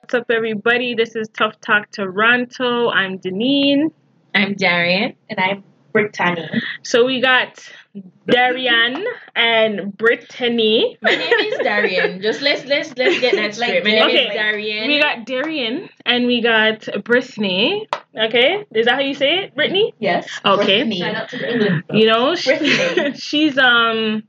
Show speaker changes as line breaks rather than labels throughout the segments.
What's up, everybody? This is Tough Talk Toronto. I'm Deneen.
I'm Darian.
And I'm Brittany.
So we got Darian and Brittany.
My name is Darian. Just let's let's let's get that
Like
straight. My name
Okay.
is Darian.
We got Darian and we got Brittany. Okay, is that how you say it, Brittany?
Yes.
Okay.
Brittany.
Shout out to Brittany.
You know, she-
Brittany.
she's um,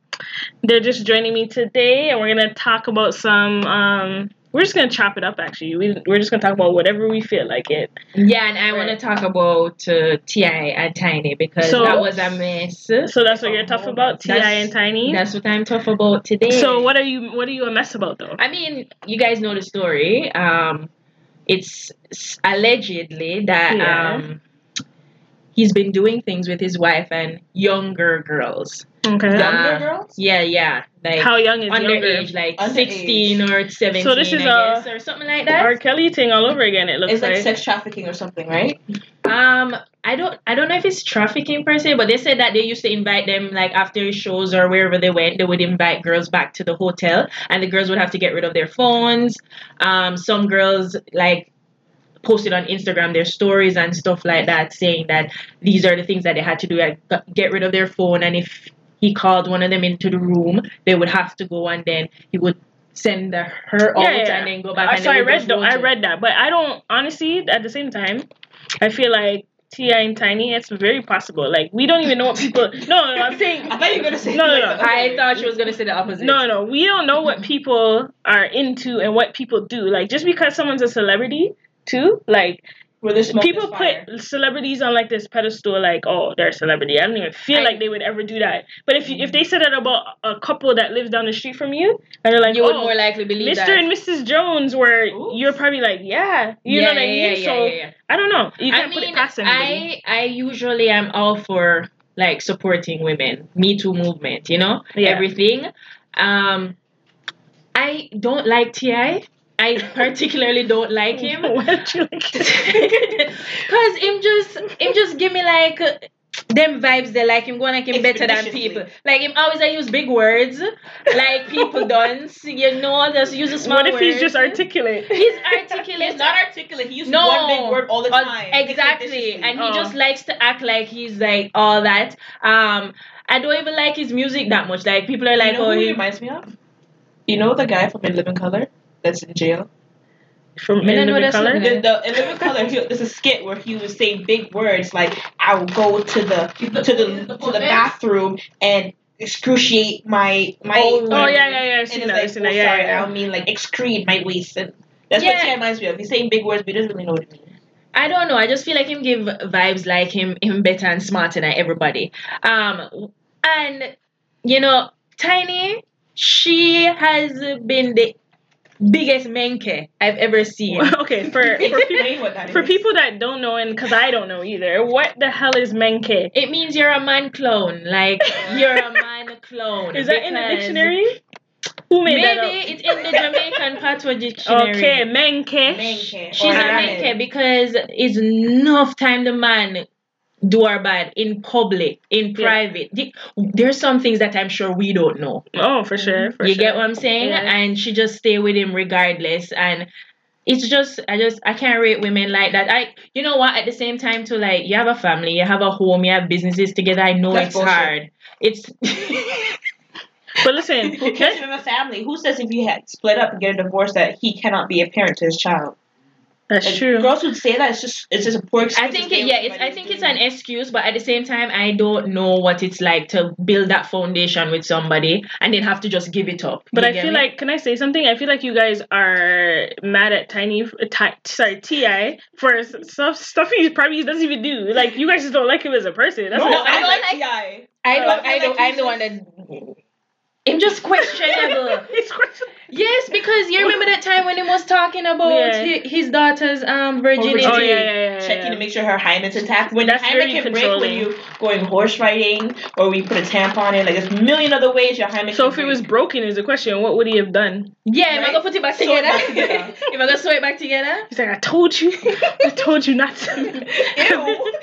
they're just joining me today, and we're gonna talk about some um. We're just gonna chop it up. Actually, we we're just gonna talk about whatever we feel like it.
Yeah, and I want to talk about uh, Ti and Tiny because
So-
that was a mess.
So that's what you're tough about, Ti and Tiny.
That's what I'm tough about today.
So what are you what are you a mess about though?
I mean, you guys know the story. Um, it's s- allegedly that
Yeah.
um, he's been doing things with his wife and younger girls.
Okay.
Yeah.
Younger girls?
Yeah, yeah, like
How young is younger?
underage, like
Underage.
sixteen or seventeen.
So this is
I
a-
guess, or something like
The
that.
R. Kelly thing all over again. It looks
It's like
like.
sex trafficking or something, right?
Um, I don't, I don't know if it's trafficking per se, but they said that they used to invite them like after shows or wherever they went, they would invite girls back to the hotel, and the girls would have to get rid of their phones. Um, some girls like posted on Instagram their stories and stuff like that, saying that these are the things that they had to do, like g- get rid of their phone, and if he called one of them into the room, they would have to go, and then he would send the, her out
Yeah, yeah.
and then go back.
I,
and
so
they
I
would
read
just
though
go
I
to-
read that, but I don't honestly. At the same time, I feel like Ti and Tiny. It's very possible. Like we don't even know what people. No, no, I'm saying.
I thought you were going to say
No, no,
like,
no.
I thought she was gonna say the opposite.
No, no, we don't know what people are into and what people do. Like just because someone's a celebrity, too, like
Where there's smoke,
people
there's fire.
put celebrities on like this pedestal like oh they're a celebrity i don't even feel
I-
like they would ever do that but if you, if they said that about a couple that lives down the street from you and they're like
you would
oh
more likely believe
mr
that.
and mrs jones where
Ooh.
you're probably like yeah you know what i mean so i don't know you
I
can't put
mean,
it past anybody
I I usually am all for like supporting women, Me Too movement, you know,
Yeah.
everything. Um, I don't like Ti. I particularly don't like him.
What you like?
Cause him just him just give me like uh, them vibes they like him going like him better than
Expeditiously.
people. Like him always I use big words. Like people don't you know, just use a small
what if he's just
words.
articulate
He's articulate.
He's not articulate. He uses
No.
one big word all the
Uh,
time.
exactly and he
Oh.
just likes to act like he's like all that um i don't even like his music that much like people are like
you know
oh
who he
he,
reminds me of? You know the guy from In Living Color that's in jail?
from
I
in
know
the
that's
color
not-
The, the In Living Color, he, there's a skit where he would say big words like, I'll go to the to the to the bathroom and excruciate my my
Oh,
oh yeah yeah yeah I've
And
seen
it's
that, I've
like,
seen
oh,
that, yeah,
sorry,
yeah,
I don't mean like excrete my waist. And that's
Yeah.
what Tia reminds me of. He's saying big words, but he doesn't really know what it means.
i don't know i just feel like him give vibes like him him better and smarter than everybody um and you know tiny she has been the biggest menke i've ever seen
yeah. okay for for people
Explain what that
For
is.
people that don't know, and because I don't know either, what the hell is menke?
it means you're a man clone like you're a man clone
Is that in the
because-
dictionary? Who made that up?
Maybe it's in the Jamaican Patois dictionary.
Okay, menke.
Menke
She's
or
a
ramen.
menke because it's enough time the man do our bad in public, in
Yeah.
private. The- There's some things that I'm sure we don't know.
Oh, for sure. For
you
sure.
get what I'm saying?
Yeah.
And she just stay with him regardless. And it's just I just I can't rate women like that. I you know what? At the same time too, like you have a family, you have a home, you have businesses together. I know
That's
it's
bullshit.
hard. It's
But listen,
Who cares if you have a family? Who says if you had split up and get a divorce that he cannot be a parent to his child?
that's
Like,
true.
Girls would say that it's just it's just a poor excuse.
I think it, yeah, it's, I think it's an excuse, but at the same time, I don't know what it's like to build that foundation with somebody and then have to just give it up.
But
You
I
get
feel
me?
like, can I say something? I feel like you guys are mad at Tiny, ti, sorry, Ti for s- stuff stuff he probably doesn't even do. Like you guys just don't like him as a person. That's
no,
what
I
I'm
don't
saying.
like T.I.
I
I
don't, Oh,
feel
I don't,
like
I'm the
he's
one that. I'm just questionable.
It's crazy.
yes, because you remember that time when he was talking about
Yeah.
hi- his daughter's um virginity.
Oh yeah, yeah, yeah, yeah,
Checking
yeah.
to make sure her hymen's intact. When the
That's
hymen
very
can break when
controlling.
you going horse riding or we put a tampon in, like there's a million other ways your hymen.
So
can
if it
break.
was broken, is the question, what would he have done?
Yeah, am I
Right?
gonna put it back
Sew
together?
it back together.
am I gonna sew it back together?
He's like, I told you, I told you not to.
Ew.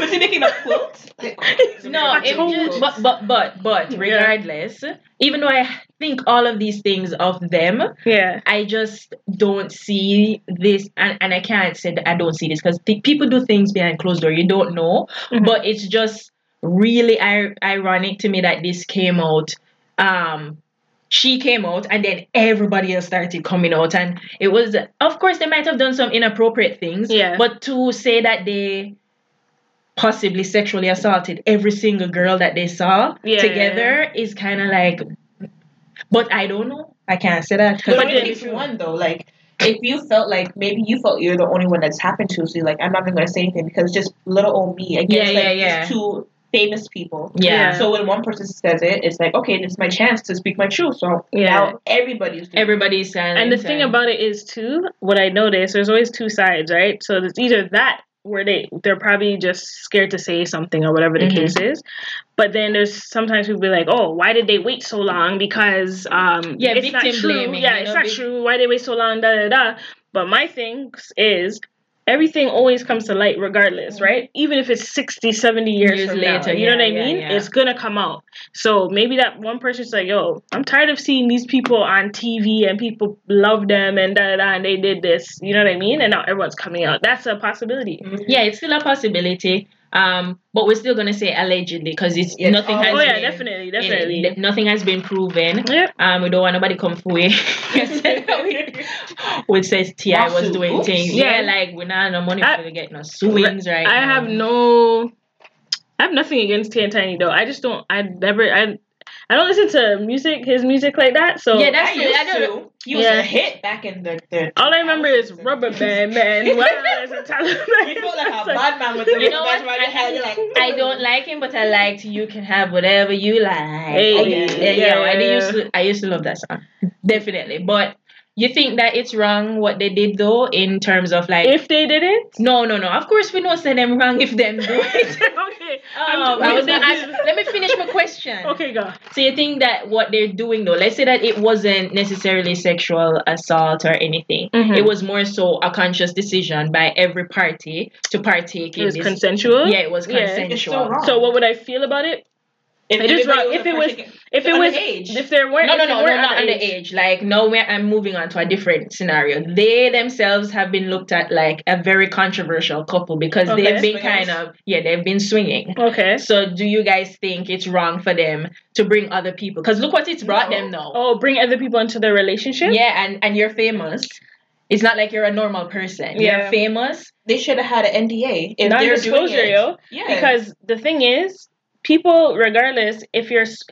Was he making a quilt? Like,
No,
I
it
told
just,
you.
but but but but
Yeah.
regardless, even though I think all of these things of them,
Yeah.
I just don't see this, and, and I can't say that I don't see this because people do things behind closed door. You don't know,
Mhm.
but it's just really ir- ironic to me that this came out. Um, she came out, and then everybody else started coming out, and it was, of course, they might have done some inappropriate things,
Yeah.
But to say that they possibly sexually assaulted every single girl that they saw
Yeah.
together is kind of like, but I don't know. I can't say that 'cause-
But,
But
it
then-
takes one though. Like if you felt like maybe you felt you're the only one that's happened to, so you're like, I'm not even gonna say anything because just little old me
Yeah,
against like
yeah, yeah.
these two famous people.
Yeah.
Yeah.
So when one person says it, it's like, okay, this is my chance to speak my truth. So
Yeah.
now everybody's doing
Everybody's silent.
And the thing about it is too, what I noticed, there's always two sides, right? So it's either that where they they're probably just scared to say something or whatever the
Mhm.
case is. But then there's sometimes people be like, oh, why did they wait so long? Because um,
Yeah,
it's not
victim
true.
blaming,
yeah,
you
it's
know,
not
vic-
true. Why they wait so long? Da da da. But my thing is. Everything always comes to light regardless, right? Even if it's 60, 70 years,
Mm-hmm. Years
from
later,
now, you know what I
yeah, yeah,
mean?
yeah.
It's gonna come out. So maybe that one person's like, yo, I'm tired of seeing these people on TV and people love them and da da da, and they did this. You know what I mean? And now everyone's coming out. That's a possibility.
yeah, it's still a possibility. Um, but we're still gonna say allegedly because it's
Yes.
nothing
Oh,
has
Oh, yeah,
been,
definitely. Definitely.
it- nothing has been proven.
Yep.
Um, we don't want nobody come forward and say that we- which says Ti was
Lawsuit.
doing
Oops.
things. Yeah,
Yeah.
like we're not no money
I-
for getting no swings right.
I
now.
have no. I have nothing against Tan Tiny though. I just don't. I never. I. I don't listen to music, his music like that. So
Yeah,
That's
that's
I
it.
used
I know. that-
to. He was
Yeah.
a hit back in the. the
all I remember is Rubber Band Man. Wow, there's a talent.
You felt like a bad man with the
You know
mustache
what?
around your head. You're like,
I don't like him, but I liked you can have whatever you like.
Hey,
yeah, yeah, I
yeah.
used to I used to love that song. Definitely. But you think that it's wrong what they did though in terms of like
If they did it,
no no no of course we don't say them wrong if them do it.
okay.
Um, I was gonna ask, let me finish my question.
Okay, go.
So you think that what they're doing though, let's say that it wasn't necessarily sexual assault or anything.
Mhm.
It was more so a conscious decision by every party to partake
It was
in this.
consensual.
yeah, it was
Yeah. It's
consensual.
It's still wrong.
So what would I feel about it?
If
It is
everybody
wrong. If it was-
partaking-
If it
Underage.
was if there weren't
No, no,
if
no,
they
no,
weren't
not underage. Like, no, we're, I'm moving on to a different scenario. They themselves have been looked at like a very controversial couple because
Okay.
they've been
Swingers.
kind of, yeah, they've been swinging.
Okay.
So, do you guys think it's wrong for them to bring other people? Because look what it's brought them now.
Oh, bring other people into their relationship.
Yeah, and, and you're famous. It's not like you're a normal person. You're
Yeah.
famous.
they should have had an NDA. If they're doing
Non-disclosure,
it,
yo.
yeah.
Because the thing is, people, regardless if you're, s-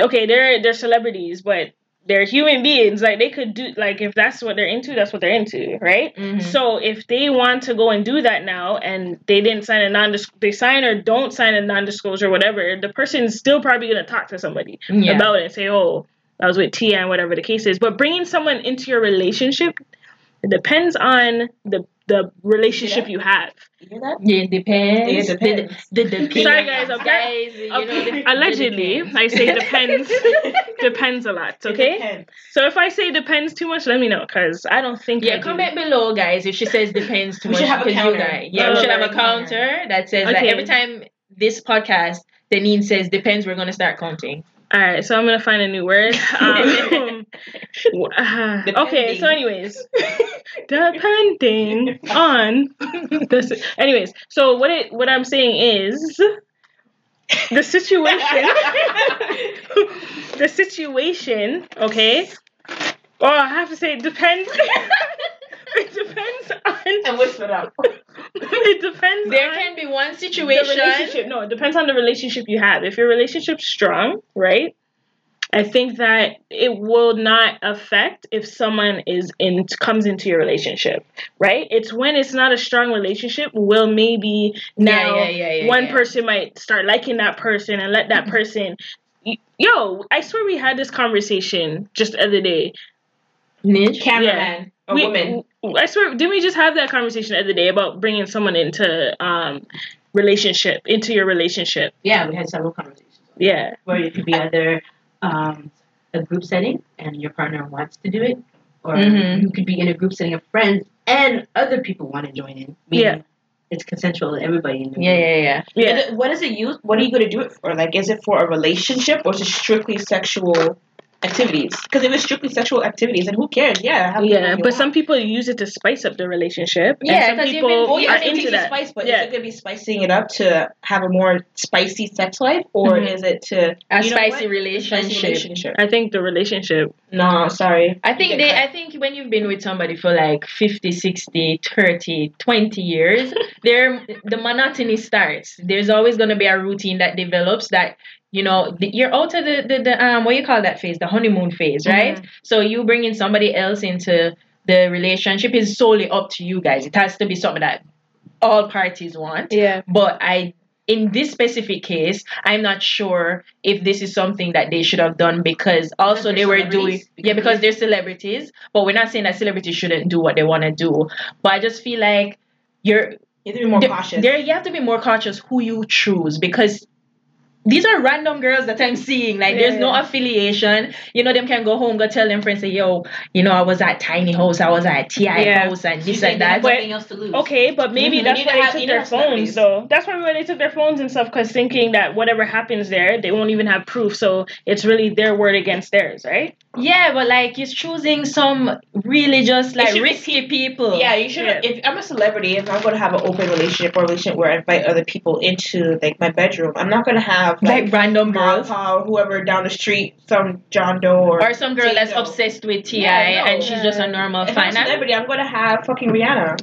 okay, they're they're celebrities, but they're human beings. Like they could do like if that's what they're into, that's what they're into, right?
Mhm.
So if they want to go and do that now, and they didn't sign a non, they sign or don't sign a non-disclosure, whatever, the person's still probably gonna talk to somebody
yeah.
about it and say, "Oh, I was with Tia and whatever the case is." But bringing someone into your relationship it depends on the the relationship
Yeah.
you have.
You hear that?
yeah, it depends.
It depends.
The, the, the
Sorry, guys,
depends,
okay?
guys, you know, the- the
Allegedly,
depends.
I say depends. depends a lot,
It
okay?
depends.
So if I say depends too much, let me know because I don't think I
Yeah,
do.
comment below, guys, if she says depends too
We
much.
should have a
because you
counter.
guys- yeah, we
Oh,
should have a
right,
counter that says that
Okay.
every time this podcast, Deneen says depends, we're going to start counting.
All right, so I'm gonna find a new word. Um, w- uh, okay,
Depending.
so anyways, depending on this. Anyways, so what it what I'm saying is the situation. the situation, okay? Oh, I have to say it depends. it depends on.
and whisper it out.
It depends
There
on
can be one
the
situation.
relationship. No, it depends on the relationship you have. If your relationship's strong, right? I think that it will not affect if someone is in comes into your relationship, right? It's when it's not a strong relationship. Will maybe now
yeah, yeah, yeah,
one
yeah. Mm-hmm.
person might start liking that person and let that person. Yo, I swear we had this conversation just the other day.
Niche.
Cameraman, a
we,
woman.
I swear, didn't we just have that conversation the other day about bringing someone into um relationship into your relationship?
Yeah, we had several conversations
Yeah.
where it could be either um, a group setting and your partner wants to do it, or
Mhm.
you could be in a group setting of friends and other people want to join in.
Yeah.
meaning it's consensual. Everybody. In the
Yeah, yeah, yeah.
Yeah.
Is it- What is it used? What are you gonna do it for? Like, is it for a relationship or is it strictly sexual activities? Because if it's strictly sexual activities, then who cares? Yeah. have people
Yeah,
if you
but
want.
some people use it to spice up the relationship. and
Yeah,
some
'cause you've
people
been-
Well, yeah,
are
I think
into
it's a
that.
spice, but
Yeah.
is it gonna be spicing it up to have a more spicy sex life, or
Mhm.
is it to
A
You know
spicy
what?
Mm-hmm. relationship.
spicy relationship?
I think the relationship.
No, sorry.
I think
Yeah,
they
correct.
I think when you've been with somebody for like 50, 60, 30, 20 years, there the monotony starts. There's always going to be a routine that develops that you know, the, you're out of the, the, the um what you call that phase, the honeymoon phase, right? So you bringing somebody else into the relationship is solely up to you guys. It has to be something that all parties want
Yeah.
but I in this specific case, I'm not sure if this is something that they should have done because also
they're
they were doing
celebrities,
yeah because they're celebrities, but we're not saying that celebrities shouldn't do what they want to do. But I just feel like you're
You have to be more
there-
cautious.
There, you have to be more cautious who you choose because these are random girls that I'm seeing. Like, there's no
Yeah.
affiliation. You know, them can go home, go tell them friends, say, "Yo, you know, I was at Tiny House, I was at Ti
Yeah.
House, and
You
this
think
and
they have
that."
nothing else to lose.
Okay, but maybe
Mhm.
that's
You need
why
to have-
they took
you need to
their
have
phones,
celebrities.
though. That's probably why they took their phones and stuff, because thinking that whatever happens there, they won't even have proof. So it's really their word against theirs, right?
Yeah, but like you're choosing some really just like
should be
risky people.
Yeah, you should.
Yeah.
If I'm a celebrity, if I'm going to have an open relationship or a relationship where I invite other people into like my bedroom, I'm not going to have
like,
like,
random girls.
grandpa or whoever down the street, some John Doe or.
Or some girl that's
J-Lo.
obsessed with Ti
Yeah, no.
and she's just a normal
if I'm a
fan.
celebrity, I'm going to have fucking Rihanna.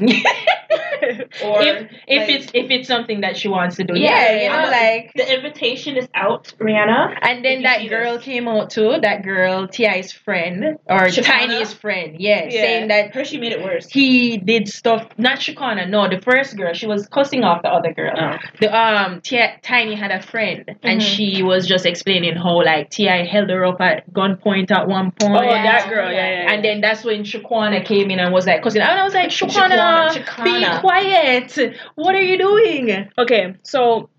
Or
If if
like,
it's if it's something that she wants to do,
Yeah,
yeah, you
yeah.
know, like
the invitation is out, Rihanna.
And
If
then
you
that
see
girl
this.
came out too. That girl, Ti's friend or
Shakana?
Tiny's friend, yeah,
Yeah.
saying that
Hershey made it worse.
he did stuff. Not Shikana, no, the first girl. She was cussing off the other girl.
Oh.
The um, Ti, Tiny had a friend,
Mm-hmm.
and
Mhm.
she was just explaining how like Ti held her up at gunpoint at one point.
Oh,
yeah.
that girl, yeah, yeah,
And then that's when Shaquana came in and was like, cussing. And I was like, Shaquana,
Shaquana,
be
Shaquana."
quiet. What are you doing?
Okay, so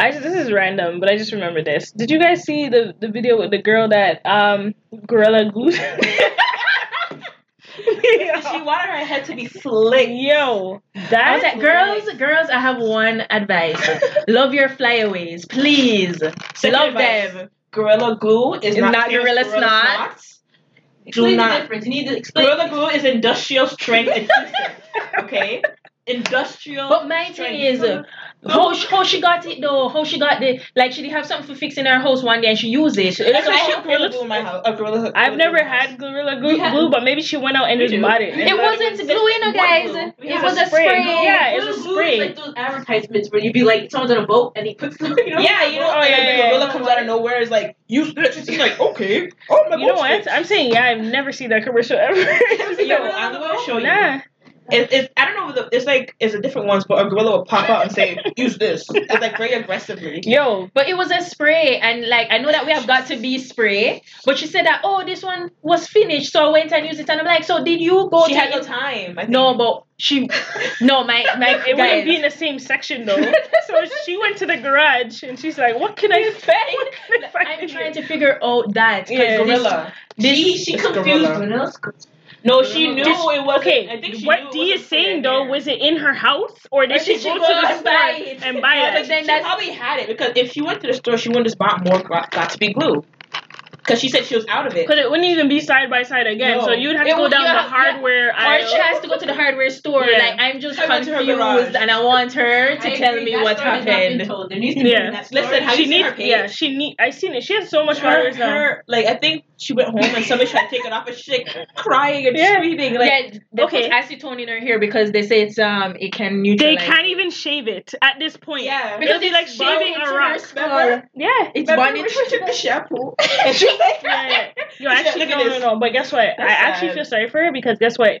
I this is random, but I just remember this. Did you guys see the the video with the girl that um Gorilla Goose?
She wanted her head to be slick.
Yo,
I
that
was like,
That's
girls, girls, I have one advice. Love your flyaways, please.
Second
Love
advice,
them.
Gorilla Glue is
It's
not,
not
serious
Gorilla Snot.
Snots.
Explain
not-
the difference. You need to explain.
Gorilla Glue is industrial strength adhesive. Okay, industrial.
But my thing is,
strength.
uh, how, sh- how she got it though? How she got the like? She did have something for fixing her house one day, and she used it. So it
That's
was
why I
like-
have Gorilla Glue in my house. A Gorilla,
I've
Gorilla
never
Glue in my
had
house.
Gorilla Glue,
We had-
glue, but maybe she went out and
We
just
do.
bought it.
it wasn't glue, you know, guys.
We
It
have
was
a
a
spray.
spray.
Yeah, it's a
Blue- blue is
spray.
Like those advertisements where you'd be like, someone's on a boat and he puts them. You know,
Yeah, you know,
Oh,
like,
yeah,
the
yeah,
gorilla
yeah.
comes out of nowhere. It's like you snitch. It's like okay. Oh my
You know
God,
what? I'm saying yeah. I've never seen that commercial ever.
snitch. Yo, I'm gonna show you.
nah.
It, it's I don't know. if the- It's like it's a different ones, but a gorilla will pop out and say, "Use this." It's like very aggressively.
Yo,
But it was a spray, and like I know that we have got to be spray. But she said that oh, this one was finished, so I went and used it, and I'm like, so did you go
she
to
had no time. I think.
no, but she no, my my
it wouldn't
guys.
be in the same section though. so she went to the garage and she's like, "What can I
Fake.
find?"
I'm trying to figure out that 'cause
Yeah.
this-
Gorilla.
this-
she she
It's
confused
gorilla.
when else.
No, she
Gorilla.
knew
Did she-
it wasn't.
okay,
I think she
what
knew it
D is
wasn't for
saying
their
though
hair.
was it in her house or did
Or
she
did she
go to
go
the
outside?
store and buy it?
No, but
But then
she
that's-
probably had it because if she went to the store, she wouldn't just bought more got, got to be glue. Because she said she was out of it.
Because it wouldn't even be side by side again.
No.
So you'd have to
It
go
would-
down
you
the
have-
hardware
Or she
aisle.
has to go to the hardware store.
Yeah.
Like I'm just
I went to her
confused,
garage.
and I want her to
I
tell
agree,
me
that
what
story has not been
happened.
told. There needs to be
Yeah.
that story.
Listen, have
She
you seen
needs,
her page?
yeah, um, she need. I seen it. She has so much
her,
hardware now.
her, like I think she went home and somebody tried to take it off, and she's like crying and
Yeah.
screaming. Like
yeah, they
okay.
put acetone in her hair because they say it's um it can
They
neutralize.
can't even shave it at this point.
yeah,
Because
because
it's like
it's
shaving
bound
a
to
rock.
her skull.
Yeah.
It's
Remember
bonded
when
to
she took the shampoo and she's like,
Yeah. Yo,
It's
actually,
like,
no,
look at
no,
this.
no. But guess what? I
That's
actually
sad.
feel sorry for her because guess what?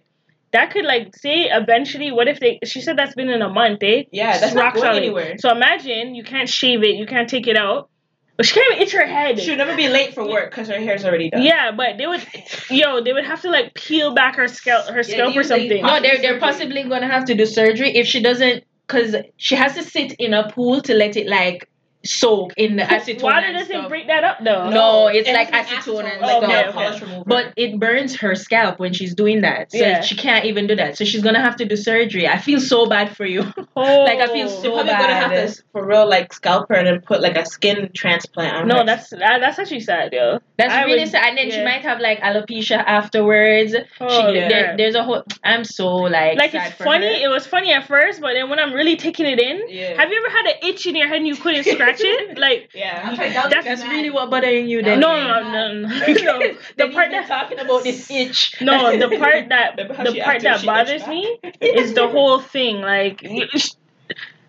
That could like say eventually. What if they? She said that's been in a month. Eh?
yeah, that's
It's
not going
solid.
anywhere.
So imagine you can't shave it, you can't take it out. But she can't even itch her head.
She'll never be late for work because her hair's already done.
Yeah, but they would, yo, they would have to like peel back her scalp, her scalp
they
or
would- they
something.
No, they're they're
Possibly surgery.
possibly gonna have to do surgery if she doesn't, cause she has to sit in a pool to let it like soak in the acetone.
Why
and
does it
stuff.
break that up though?
No, it's
And
like
it's an
acetone and
acetone.
stuff.
Okay,
nail
okay.
polish remover.
But it burns her scalp when she's doing that. So
Yeah.
she can't even do that. So she's gonna have to do surgery. I feel so bad for you. Like, I
Oh.
feel so-
You're probably gonna have
bad.
to for real like scalp her and then put like a skin transplant on her.
No, that's that- that's actually sad, yo.
That's
I
really
would-
sad. And then she
yeah.
might have like alopecia afterwards.
Oh,
she,
yeah.
there, there's a whole. I'm so like.
like
sad
it's
for
funny.
her.
It was funny at first, but then when I'm really taking it in,
yeah.
have you ever had an itch in your head and you couldn't scratch it? Like
yeah.
That's
That's really what bothering you.
no,
Then.
no, no, no, no.
Then
the
you've
part
been
that
talking about this itch.
no, the part that
Remember how
the
she
part
acted,
that
she
bothers
itched
me is the whole thing. Like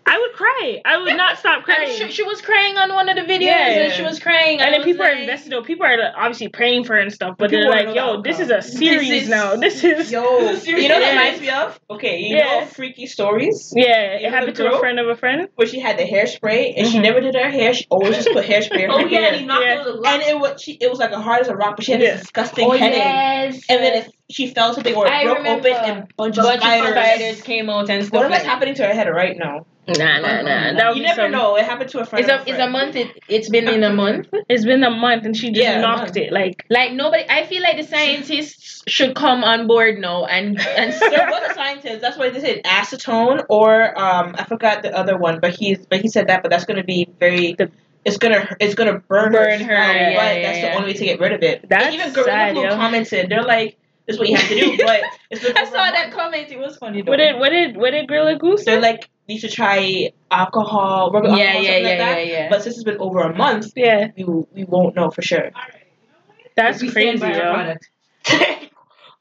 I would cry. I would not stop
And
crying.
she, she was crying on one of the videos,
Yeah.
and she was crying.
And
I
then people
was
are
like,
invested. Though people are like, obviously praying for her and stuff, but
People
they're
wanna
like,
know the
"Yo, this is
outcome.
a series
is-
now. This is
Yo, you know what
Yeah.
it reminds me of? Okay, you
Yeah.
know freaky stories
yeah."
You
It
know
happened
the
to a
girl?
friend of a friend.
where she had the hairspray and she
Mhm.
never did her hair. She always just put hairspray. in her
Oh yeah,
hair.
and he knocked
Yeah.
over the
and it was she it was like a hard as a rock, but she had
Yeah.
this disgusting headache.
yes.
Oh, And then it, she fell something or it
Oh, I
broke
remember.
open and a bunch,
a bunch
of spiders.
of spiders came out and stuff.
What if
like
that's happening to her head right now?
Nah, nah, nah. That would
You
be
never
some-
know. It happened to a friend.
It's
of
a it's a
friend.
month. It it's been in a month.
It's been a month and she just
Yeah, a
knocked
month.
it. Like
Like nobody. I feel like the scientists should come on board now and and
there
start.
was a scientist. That's why they said acetone or um I forgot the other one, but he's but he said that. But that's gonna be very.
The-
it's gonna it's gonna burn,
Burn her,
scalp,
yeah,
but
yeah,
that's
yeah.
the only way to get rid of it. And
That's
even girls
sad,
who
yo.
commented, they're like, "This is what you have to do." But it's been
I
over a
saw that
month.
comment. It was funny. Though.
what did what did what did Gorilla Goose?
They're
say?
like, "You should try alcohol, rubbing alcohol,
yeah,
something
yeah, yeah,
like that."
yeah, yeah.
But since it's been over a month,
yeah,
we we won't know for sure.
that's
We stand
crazy,
by our
yo.
product.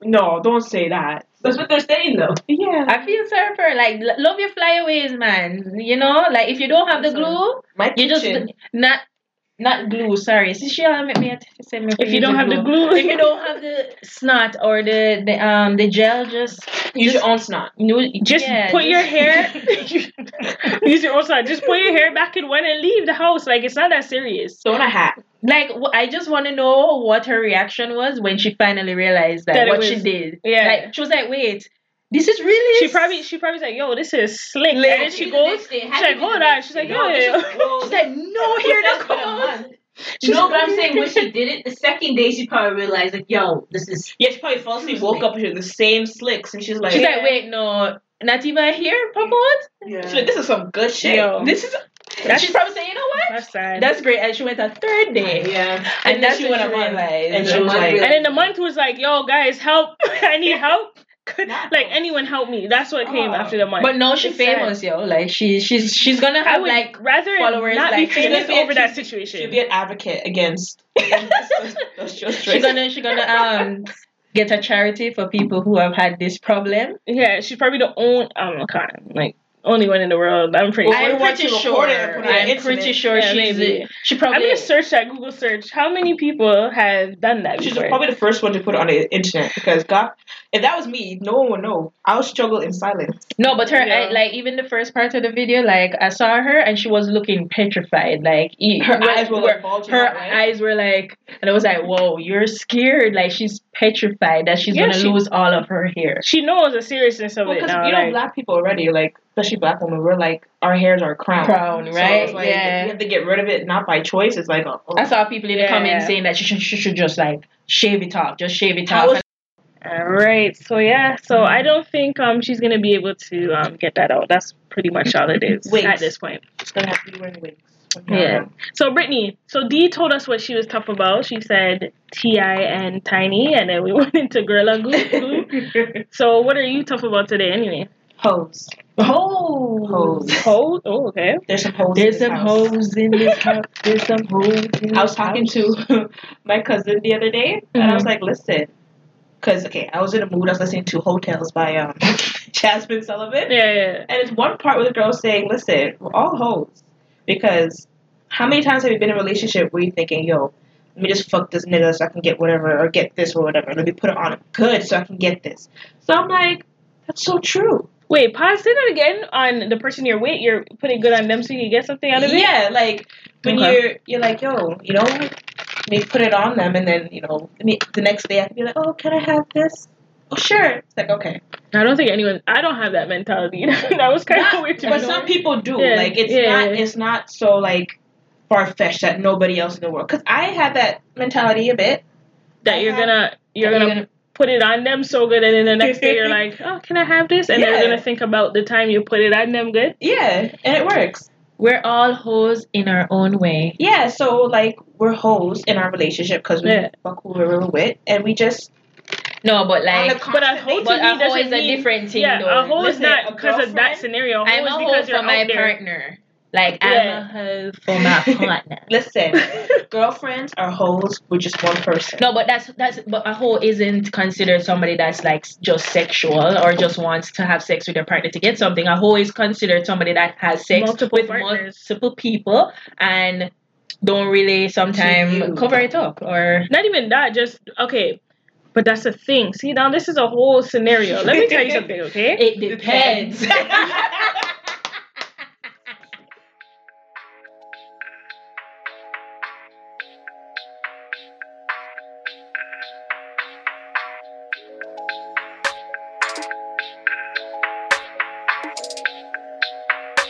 no, don't say that.
That's what they're saying though.
Yeah,
I feel sorry for her. like lo- love your flyaways, man. You know, like if you don't have the glue,
my
you just
kitchen.
not not glue. Sorry, see, she all make me a- say me
If you don't have the glue,
if you don't have the snot or the, the um the gel, just
use your own snot.
no,
just
yeah,
put your
just-
hair. use your own side. Just put your hair back in one and leave the house. Like it's not that serious.
Throw in a hat.
Like wh- I just want to know what her reaction was when she finally realized that,
That it
what
was-
she did.
Yeah.
Like she was like, wait, this is really
she probably she probably was like, yo, this is slick. And then she
Happy
goes,
the next day,
she's
happy
like,
the
hold
next
on. She's
day.
like,
No,
yo,
this is-
She's like, no, here that
That's been a
comes.
month.
no, but I'm saying when she did it, the second day she probably realized like, yo, this is
Yeah, she probably falsely
Excuse
woke
me.
up with the same slicks, and she's like,
She's
she's
like, wait, no, not even here, Papa.
like, this is some good shit.
Yo.
This is
That's-
She probably said, you know what?
that's sad.
That's great. And she went a third day.
yeah.
And,
And
that's
she
when
went
I
a month.
realized.
and she was
Must
like,
be-
and then the month was like, yo, guys, help. I need help. Could,
Not
like
help.
anyone help me? That's what came
Oh.
after the month.
but now she's
It's sad.
famous, yo. Like she, she's she's gonna
I
have
would
like
rather
followers,
not
like,
be famous
she'll be-
over that
she'll
situation.
be an advocate against. those children.
she's gonna she's gonna um get a charity for people who have had this problem.
yeah, she's probably the only um kind like only one in the world. I'm pretty.
Well,
sure.
I-
I'm
what if
pretty
you record it and
sure.
put it on
I'm
internet?
pretty sure
Yeah,
she's
maybe.
she
I'm
probably
gonna search that Google search. How many people have done that?
She's
before?
probably the first one to put it on the internet because God, if that was me, no one would know. I would struggle in silence.
no, but her
Yeah.
I, like even the first part of the video, like I saw her and she was looking petrified. Like e-
Her
where-
eyes were
where-
like bulging.
her
out, right?
eyes were like, and I was like, "Whoa, you're scared!" Like she's petrified that she's
Yeah,
gonna
she-
lose all of her hair.
she knows the seriousness of
Well,
it
because
now.
you know,
like-
black people already like, especially black women, we're like our hairs are crown.
Crown,
So
right?
it's like,
Yeah.
if you have to get rid of it not by choice. It's like, oh,
I saw people in the
Yeah.
comments saying that she should, she should just like shave it off, just shave it
How
off.
is-
All right. So yeah. So I don't think um she's gonna be able to um get that out. That's pretty much all it is
Wait.
at this point.
it's gonna have to be wearing wigs.
Yeah. So Brittany. So Dee told us what she was tough about. She said Ti and Tiny, and then we went into Gorilla Glue. Glue. so what are you tough about today, anyway?
Hose.
Oh,
Hose.
Ho. Oh, okay.
There's some hoes.
there's
in this
some
house.
hoes in this house. There's some hoes. In
I was talking to my cousin the other day, and I was
Mhm.
like, listen, because okay, I was in a mood. I was listening to Hotels by um Jasmine Sullivan,
Yeah. yeah.
and it's one part where the girl's saying, listen, we're all hoes because how many times have you been in a relationship where you're thinking, yo, let me just fuck this nigga so I can get whatever or get this or whatever. Let me put it on him good so I can get this. So I'm like, that's so true.
Wait. Pause. Say that again on the person you're with. You're putting good on them so you can get something out of it.
Yeah, like when
Okay.
you're you're like, yo, you know, let me put it on them, and then you know, let me, the next day I can be like, oh, can I have this? Oh, sure. It's like okay,
I don't think anyone. I don't have that mentality. that was kind
Not-
of weird to me.
but some people do.
Yeah,
Like it's
yeah,
not
yeah.
it's not so like far fetched that nobody else in the world. Because I had that mentality a bit.
that you're gonna you're
You're
gonna,
gonna-
put it on them so good, and then the next day you're like, oh, can I have this? And they're
Yeah.
gonna think about the time you put it on them good.
Yeah, and it works.
We're all hoes in our own way.
Yeah, so like we're hoes in our relationship because we
Yeah.
fuck who we were with, and we just
No, but like,
But a hoe
but
to
a
me
hoe
doesn't
is a
mean.
different thing
Yeah, a
though.
hoe is
Listen,
not
a
because of that
girlfriend-
scenario. A hoe
I'm
is
a hoe
because you're
for my
out there.
partner. Like
Yeah.
I'm a hoe for my partner.
listen. girlfriends are hoes with just one person.
No, but that's that's but a hoe isn't considered somebody that's like just sexual or just wants to have sex with their partner to get something. A hoe is considered somebody that has sex
Multiple
with
partners.
multiple people and don't really
To you.
sometimes cover it up or
Not even that, just okay. But that's the thing. See, now this is a whole scenario. Let me tell you something, okay?
it
depends.